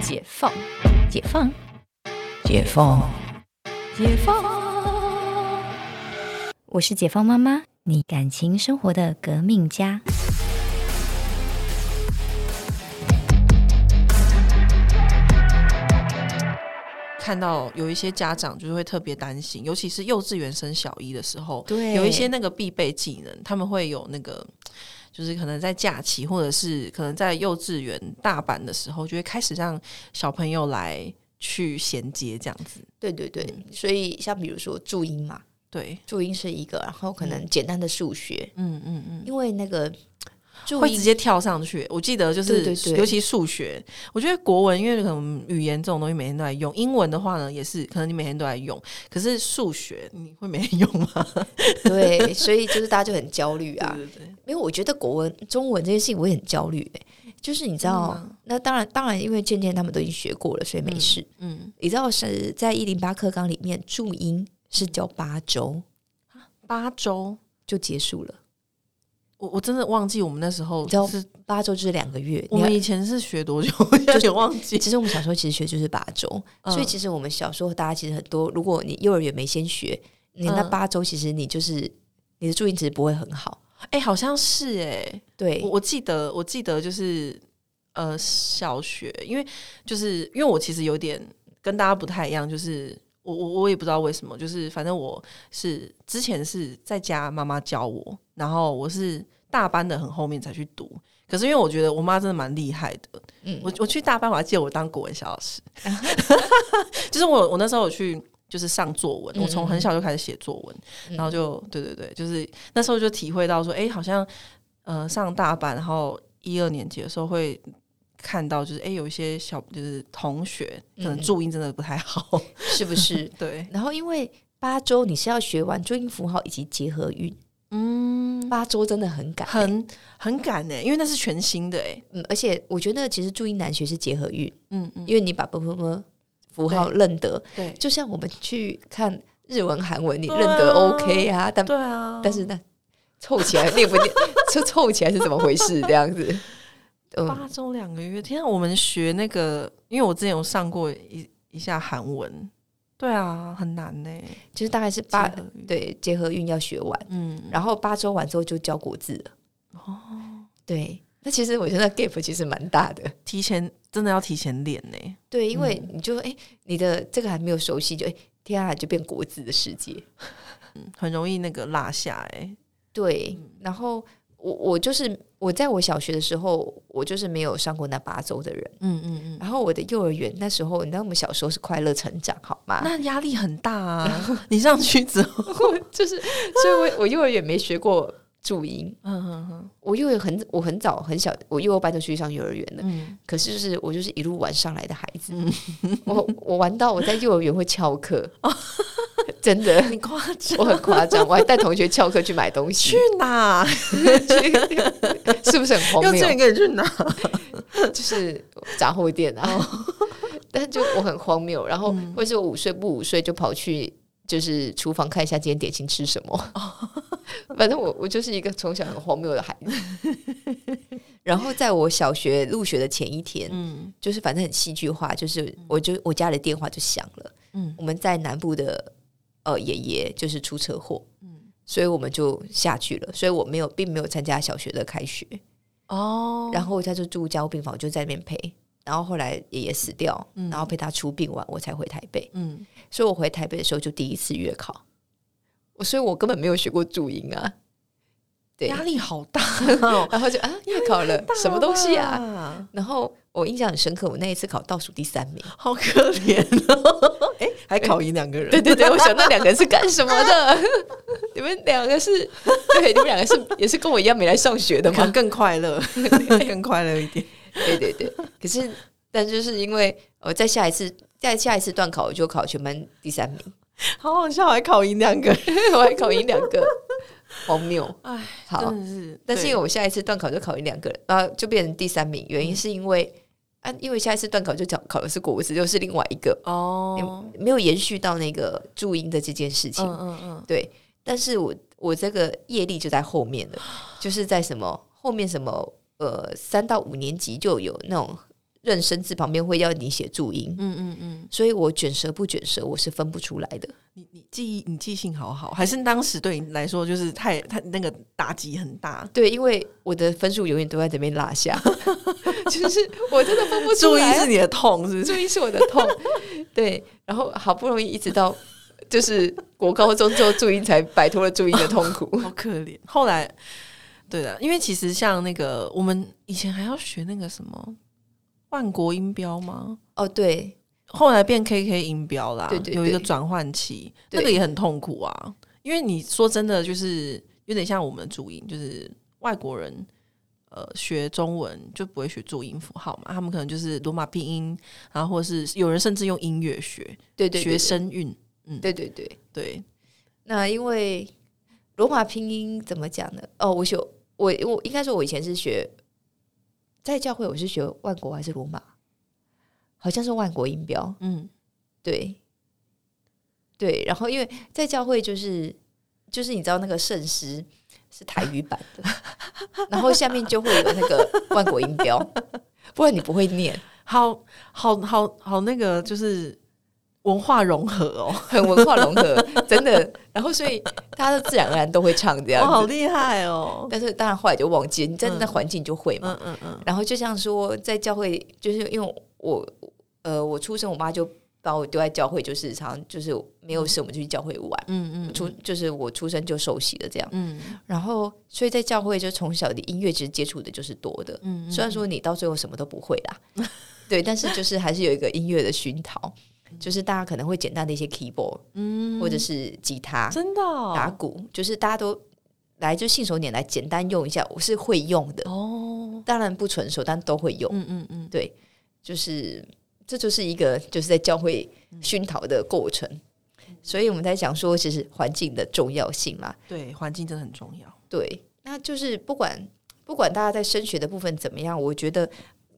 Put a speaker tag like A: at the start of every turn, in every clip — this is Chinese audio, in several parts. A: 解放，解放，解放，解放。
B: 我是解放妈妈，你感情生活的革命家。
C: 看到有一些家长就是会特别担心，尤其是幼稚园升小一的时候，
B: 对
C: 有一些那个必备技能，他们会有那个。就是可能在假期，或者是可能在幼稚园大班的时候，就会开始让小朋友来去衔接这样子。
A: 对对对，
C: 嗯
A: 所以像比如说注音嘛，
C: 对，
A: 注音是一个，然后可能简单的数学，
C: 嗯嗯嗯，
A: 因为那个注
C: 会
A: 音
C: 直接跳上去。我记得就是，
A: 对对对
C: 尤其数学，我觉得国文因为可能语言这种东西每天都在用，英文的话呢也是可能你每天都在用，可是数学你会每天 用吗？
A: 对，所以就是大家就很焦虑啊。
C: 对对，
A: 因为我觉得国文、中文这件事情我也很焦虑、欸，就是你知道
C: 真的吗，
A: 那当然当然，因为渐渐他们都已经学过了，所以没事。
C: 嗯，
A: 你知道是在一零八课纲里面，注音是教八周
C: 八周，
A: 就结束了，
C: 我我真的忘记我们那时候
A: 你知道
C: 是，
A: 八周就是两个月。
C: 我
A: 你要
C: 们以前是学多久，我有点忘记。
A: 其实我们小时候其实学就是八周，
C: 嗯
A: 所以其实我们小时候大家其实很多，如果你幼儿园没先学，你那
C: 嗯
A: 八周其实你就是你的注音值不会很好。
C: 哎、好像是哎、
A: 对
C: 我，我记得，我记得就是呃，小学，因为就是因为我其实有点跟大家不太一样，就是我我我也不知道为什么，就是反正我是之前是在家妈妈教我，然后我是大班的很后面才去读。可是因为我觉得我妈真的蛮厉害的，
A: 嗯
C: 我我去大班我还记得我当国文小老师， 就是我我那时候有去就是上作文，我
A: 嗯
C: 从很小就开始写作文，然后就对对对，就是那时候就体会到说，哎、好像呃上大班，然后一二年级的时候会看到，就是哎、诶有一些小就是同学可能注音真的不太好，
A: 是不是？
C: 对，
A: 然后因为八周你是要学完注音符号以及结合韵，
C: 嗯，
A: 八周真的很赶欸、
C: 很很赶哎、因为那是全新的哎、
A: 嗯，而且我觉得其实注音难学是结合韵，
C: 嗯嗯，
A: 因为你把不不不符号认得，
C: 对
A: 就像我们去看日文、韩文，你
C: 对
A: 认
C: 啊
A: 得 OK 啊，但
C: 对啊，
A: 但是呢，凑起来念不念，就 凑起来是怎么回事？这样子，嗯，
C: 八周两个月，天啊！我们学那个，因为我之前有上过一一下韩文，对啊，很难呢、
A: 就是大概是八
C: 结合语
A: 对结合韵要学完，
C: 嗯，
A: 然后八周完之后就教国字了。哦，对，那其实我觉得那 gap 其实蛮大的。
C: 提前真的要提前练欸呢、
A: 对，因为你就哎、你的这个还没有熟悉，就哎、天啊，就变国字的世界。
C: 嗯，很容易那个落下哎、
A: 对，然后我我就是我在我小学的时候，我就是没有上过那八周的人。
C: 嗯嗯嗯，
A: 然后我的幼儿园那时候，你知道我们小时候是快乐成长，好吗？
C: 那压力很大 啊！你上去之后，
A: 就是，所以我我幼儿园没学过注音，
C: 嗯嗯
A: 我幼儿园很我很早很小，我幼儿班就去上幼儿园了。
C: 嗯
A: 可是就是我就是一路玩上来的孩子，我我玩到我在幼儿园会翘课，真的，
C: 你夸张
A: 我很夸 张，我还带同学翘课去买东西
C: 去，哪？
A: 是不是很荒
C: 幼
A: 谬
C: 稚？园可以去哪？
A: 就是杂货店啊， 但就我很荒谬。然后或是我午睡不午睡，就跑去就是厨房看一下今天点心吃什么。 反正我我就是一个从小很荒谬的孩子。 然后在我小学入学的前一天，
C: 嗯
A: 就是反正很戏剧化，就是我就我家里电话就响了。
C: 嗯
A: 我们在南部的呃爷爷就是出车祸，
C: 嗯，
A: 所以我们就下去了。所以我没有并没有参加小学的开学，
C: 哦，
A: 然后他就住家务病房，我就在那边陪。然后后来爷爷死掉，
C: 嗯
A: 然后陪他出殡完，我才回台北。
C: 嗯，
A: 所以我回台北的时候就第一次月考，我所以我根本没有学过注音啊。对，
C: 压力好大 哦，
A: 然后就啊月考了，什么东西啊？
C: 啊？
A: 然后我印象很深刻，我那一次考倒数第三名。
C: 好可怜哦！ 哎，还考赢两个人，
A: 对对对，我 想那两个人是干什么的？ 你们两个是，对，你们两个是也是跟我一样没来上学的
C: 可能
A: 吗？
C: 更快 乐，更快乐一点。
A: 对对对。可是，但就是因为我在下一次，在下一次段考，我就考全班第三名，
C: 好好笑，还啊考赢两个人，
A: 我还考赢两个，荒谬。
C: 哎，
A: 好
C: 真，的是。
A: 但是因为
C: 对
A: 我下一次段考就考赢两个，然后就变成第三名，原因是因为、啊，因为下一次段考就考考的是国文字，又是另外一个，
C: 哦，
A: 没有延续到那个注音的这件事情。
C: 嗯嗯嗯，
A: 对，但是我我这个业力就在后面了，就是在什么后面什么呃三到五年级就有那种认生字旁边会要你写注音，
C: 嗯嗯嗯，
A: 所以我卷舌不卷舌我是分不出来的。
C: 你你记忆你记性好好，还是当时对你来说就是太太那个打击很大。
A: 对，因为我的分数永远都在这边落下， 就是我真的分不出
C: 注意
A: 来
C: 是
A: 啊。
C: 你的痛， 是不是？
A: 注意是我的痛，对，然后好不容易一直到就是国高中之后，注音才摆脱了注音的痛苦。
C: 好可怜。后来，对的，因为其实像那个我们以前还要学那个什么万国音标吗？
A: 哦，对，
C: 后来变 KK 音标啦，
A: 对对
C: 有一个
A: 对
C: 转换期，
A: 对
C: 那个也很痛苦啊。因为你说真的，就是有点像我们的注音，就是外国人呃学中文就不会学注音符号嘛，他们可能就是罗马拼音，然后或者是有人甚至用音乐学
A: 对对
C: 学，声韵，
A: 对对对对。
C: 对，
A: 那因为罗马拼音怎么讲呢？哦，我学我我应该说，我以前是学在教会，我是学万国还是罗马？好像是万国音标，
C: 嗯
A: 对对。然后因为在教会就是就是你知道那个圣诗是台语版的， 然后下面就会有那个万国音标， 不然你不会念，
C: 好好好好，那个就是文化融合哦，
A: 很文化融合，真的。然后所以大家都自然而然都会唱这样
C: 哇，好
A: 子。
C: 厉害哦，
A: 但是当然后来就忘记，你在那环境就会嘛。
C: 嗯嗯嗯，
A: 然后就像说，在教会，就是因为我，呃，我出生，我妈就把我丢在教会，就是常常就是没有事，我们就去教会玩。
C: 嗯嗯
A: 出就是我出生就受洗了这样，
C: 嗯
A: 然后所以在教会就从小的音乐其实接触的就是多的，
C: 嗯，
A: 虽然说你到最后什么都不会啦，对，但是就是还是有一个音乐的熏陶，就是大家可能会简单的一些 keyboard
C: 嗯
A: 或者是吉他、
C: 真的哦
A: 打鼓，就是大家都来就信手拈来，简单用一下，我是会用的，
C: 哦，
A: 当然不纯熟，但都会用。
C: 嗯嗯嗯，
A: 对，就是这就是一个就是在教会熏陶的过程，所以我们在讲说，其实环境的重要性嘛，
C: 对，环境真的很重要。
A: 对，那就是不管不管大家在升学的部分怎么样，我觉得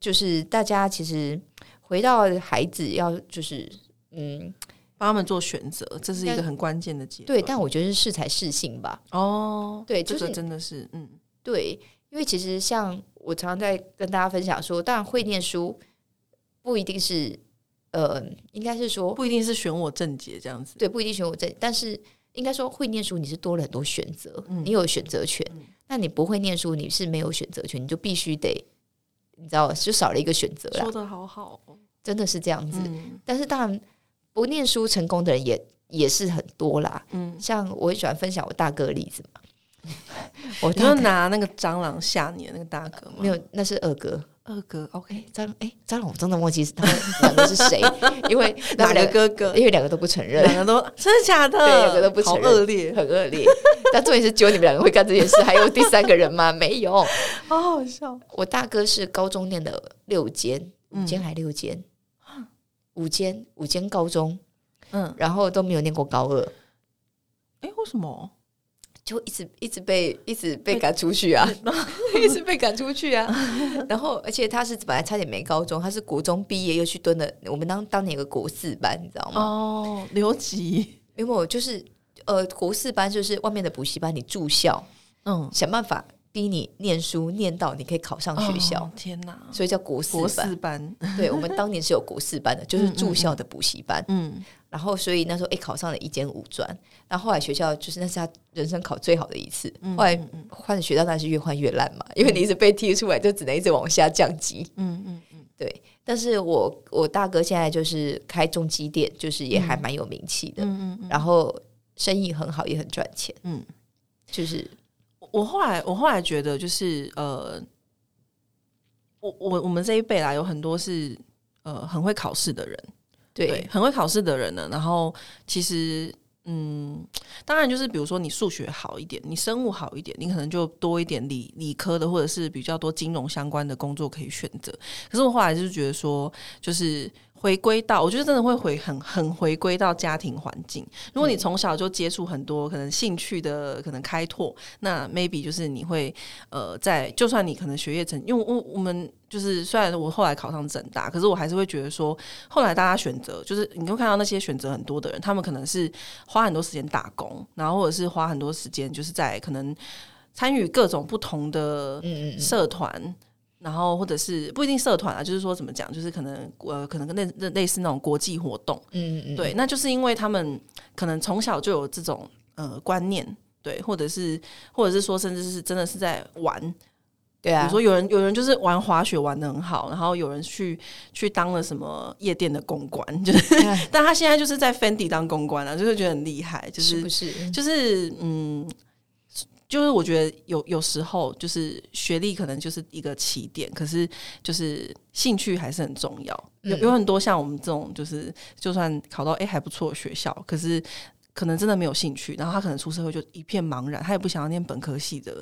A: 就是大家其实回到孩子要就是嗯，
C: 帮他们做选择，这是一个
A: 但
C: 很关键的阶段。
A: 对，但我觉得是适才适性吧，
C: 哦，
A: 对
C: 这
A: 就是
C: 个真的是，嗯
A: 对，因为其实像我常常在跟大家分享说，当然会念书不一定是呃，应该是说
C: 不一定是选我正解这样子。
A: 对，不一定选我这，但是应该说会念书，你是多了很多选择，
C: 嗯
A: 你有选择权。那你不会念书，你是没有选择权，你就必须得，你知道，就少了一个选择啦
C: 说。的好好哦，
A: 真的是这样子。
C: 啊嗯
A: 但是当然，不念书成功的人也也是很多啦。
C: 嗯，
A: 像我很喜欢分享我大哥的例子嘛，我
C: 你就
A: 大哥
C: 拿那个蟑螂吓你的那个大哥吗？
A: 没有，那是二哥。
C: 二哥，OK，
A: 张哎，张朗，我真的忘记是 他们两个是谁，因为他
C: 哪个哎
A: 们两
C: 哥
A: 个，
C: 哥？
A: 因为两个都不 承认。
C: 两个都真的假的？
A: 对两个都不承
C: 好
A: 认
C: 恶劣，
A: 很恶劣。 但重点是，只有你们两个会干这件事，还有第三个人吗？没有。
C: 好好笑。
A: 我大哥是高中念的六间，五间还六间，五间五间高中，
C: 嗯，
A: 然后都没有念过高二，
C: 哎，为什么？
A: 就一直一直被一直被赶出去啊， 一直被赶出去啊。然后，而且他是本来差点没高中，他是国中毕业又去蹲了。我们当当年有个国四班，你知道吗？
C: 哦，留级，
A: 因为我就是呃国四班就是外面的补习班，你住校。
C: 嗯，
A: 想办法逼你念书，念到你可以考上学校，
C: 哦天哪，
A: 所以叫国四
C: 博
A: 班。
C: 士班，
A: 对，我们当年是有国四班的，就是住校的补习班。
C: 嗯，
A: 然后，所以那时候哎、诶考上了一间五专。然后后来学校就是那是他人生考最好的一次。
C: 嗯
A: 后来换学校，那是越换越烂嘛，因为你一直被踢出来，就只能一直往下降级。
C: 嗯嗯嗯，
A: 对，但是我我大哥现在就是开重机店，就是也还蛮有名气的，
C: 嗯嗯
A: 然后生意很好，也很赚钱。
C: 嗯。
A: 就是
C: 我后来我后来觉得就是呃，我我我们这一辈啦，有很多是呃很会考试的人，
A: 对，
C: 很会考试的人呢。然后其实嗯，当然就是比如说你数学好一点，你生物好一点，你可能就多一点理理科的，或者是比较多金融相关的工作可以选择。可是我后来就是觉得说，就是。回归到，我觉得真的会回很很回归到家庭环境。如果你从小就接触很多可能兴趣的可能开拓，那 maybe 就是你会呃，在就算你可能学业成，因为我我们就是虽然我后来考上正大，可是我还是会觉得说，后来大家选择就是你会看到那些选择很多的人，他们可能是花很多时间打工，然后或者是花很多时间就是在可能参与各种不同的
A: 嗯嗯嗯，
C: 社团。然后或者是不一定社团啊，就是说怎么讲，就是可能呃，可能跟类类类似那种国际活动，
A: 嗯嗯，
C: 对，那就是因为他们可能从小就有这种呃观念，对，或者是或者是说，甚至是真的是在玩。
A: 对
C: 比
A: 啊
C: 如， 说，有人有人就是玩滑雪玩的很好，然后有人去去当了什么夜店的公关，就是，
A: 哎
C: 但他现在就是在 Fendi 当公关了、啊，就是觉得很厉害，就是是
A: 不是？
C: 就是嗯，就是我觉得有有时候就是学历可能就是一个起点，可是就是兴趣还是很重要。有
A: 嗯
C: 有很多像我们这种，就是就算考到哎、诶还不错的学校，可是可能真的没有兴趣，然后他可能出社会就一片茫然，他也不想要念本科系的，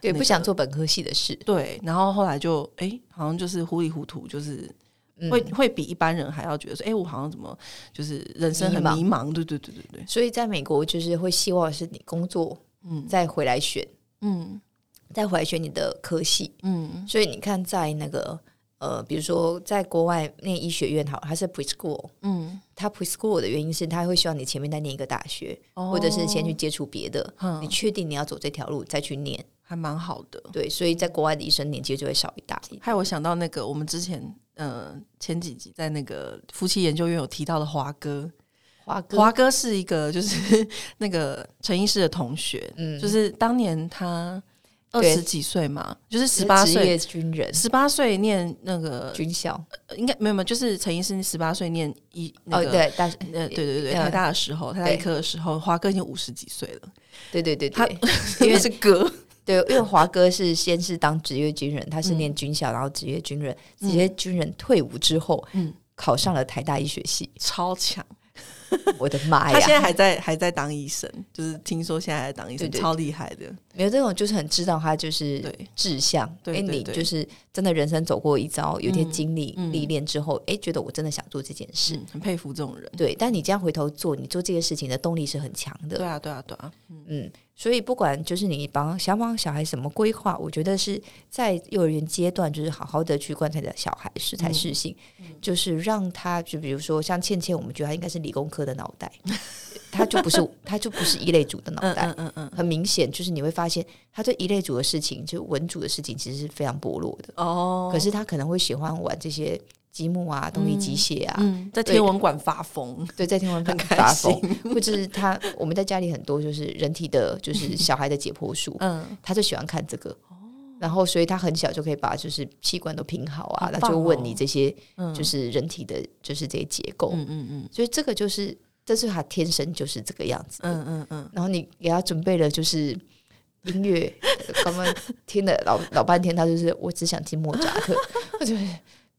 A: 对，
C: 那
A: 不想
C: 个
A: 做本科系的事，
C: 对，然后后来就哎、诶好像就是糊里糊涂，就是
A: 嗯
C: 会、会比一般人还要觉得说，哎、我好像怎么就是人生很
A: 迷茫
C: 迷茫，对对对对对，
A: 所以在美国就是会希望是你工作
C: 嗯
A: 再回来选，
C: 嗯
A: 再回来选你的科系。
C: 嗯
A: 所以你看，在那个呃，比如说在国外念医学院好，它是 preschool，
C: 嗯，
A: 它 preschool 的原因是它会希望你前面再念一个大学，
C: 哦
A: 或者是先去接触别的。
C: 嗯
A: 你确定你要走这条路再去念，
C: 还蛮好的。
A: 对，所以在国外的医生年纪就会少一大截。
C: 害我想到那个我们之前呃前几集在那个夫妻研究院有提到的华哥，
A: 华哥，
C: 华哥是一个就是 那个陈医师的同学，
A: 嗯
C: 就是当年他二
A: 对
C: 十几岁嘛，就是
A: 是
C: 十八
A: 职业
C: 岁，
A: 军人，
C: 十八岁念那个
A: 军校，
C: 呃应该没有没有，就是陈医师十八岁念医那
A: 哦，
C: 个、
A: 对，但是
C: 呃对对对，
A: 呃
C: 台大的时候，台大
A: 对
C: 医科的时候，华哥已经五十几岁了，
A: 对对对
C: 他
A: 对，因 为
C: 是 哥，
A: 对，因
C: 嗯
A: 为华哥是先是当职业军人，他是念军校，然后职业军人，职业军人退伍之后，
C: 嗯。
A: 考上了台大医学系
C: 超强。
A: 我的妈
C: 他现在
A: 哎呀！
C: 还在还在当医生，就是听说现在还在当医生，
A: 对对
C: 超厉害的。
A: 没有这种，就是很知道他就是
C: 对，
A: 志向。
C: 对
A: 哎，
C: 对
A: 你
C: 对
A: 就是真的人生走过一遭，有些
C: 嗯
A: 经历
C: 嗯
A: 历练之后，哎，觉得我真的想做这件事。
C: 嗯，很佩服这种人。
A: 对，但你这样回头做，你做这件事情的动力是很强的
C: 对。啊，对啊，对啊，
A: 嗯，所以不管就是你帮想帮小孩什么规划，我觉得是在幼儿园阶段，就是好好的去观察你的小孩是
C: 嗯
A: 才是性，就是让他就比如说像倩倩，我们觉得她应该是理工科的脑袋， 她就不是她就不是一类组的脑
C: 嗯
A: 袋。
C: 嗯嗯嗯，
A: 很明显，就是你会发现他对一类组的事情，就文组的事情，其实是非常薄弱的。
C: 哦，
A: 可是他可能会喜欢玩这些积木啊、动力机械啊，
C: 嗯，在
A: 对
C: 天文馆发疯，
A: 对，在天文
C: 很
A: 班
C: 开
A: 发
C: 心
A: 疯，或者是他，我们在家里很多就是人体的，就是小孩的解剖术，
C: 嗯，哦
A: 他就喜欢看这个。然后，所以他很小就可以把就是器官都拼好啊，
C: 好
A: 他
C: 棒
A: 就问
C: 哦
A: 你这些
C: 嗯
A: 就是人体的，就是这些结构。
C: 嗯嗯嗯
A: 所以这个就是，这是他天生就是这个样子。
C: 嗯嗯嗯，
A: 然后你给他准备了就是音乐， 呃刚刚听了老老半天，他就是我只想听莫扎特， 我就是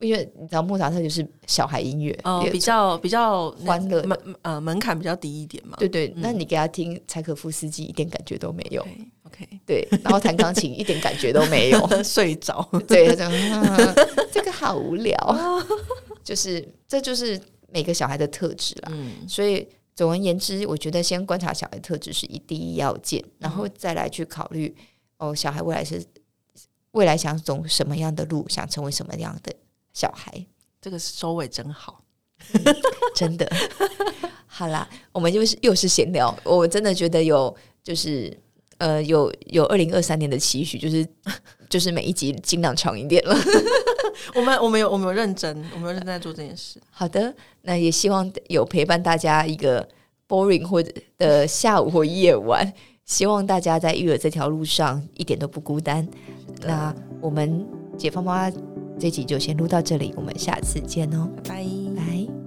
A: 因为你知道莫扎特就是小孩音乐，
C: 哦
A: 也，
C: 比较比较那
A: 欢乐的
C: 门呃门槛比较低一点嘛，
A: 对对，那
C: 嗯
A: 你给他听柴可夫斯基一点感觉都没有，
C: ，OK OK，
A: 对，然后弹钢琴一点感觉都 没有，
C: 睡着，
A: 对，他就、嗯这个好无聊，
C: 哦
A: 就是这就是每个小孩的特质啦。
C: 嗯
A: 所以总而言之，我觉得先观察小孩特质是一第一要
C: 嗯
A: 件，然后再来去考虑哦，小孩未来是未来想走什么样的路，想成为什么样的小孩，
C: 这个收尾真好，
A: 真的。好啦，我们又是又是闲聊，我真的觉得有就是呃有有二零二三年的期许，就是 就是每一集尽量长一点了。
C: 我们我们有我们有认真，我们有认真在做这件事，
A: 好的，那也希望有陪伴大家一个 boring 或者的下午或夜晚。希望大家在育儿这条路上一点都不孤单。那我们解放妈妈这集就先录到这里，我们下次见哦，
C: 拜拜。
A: 拜。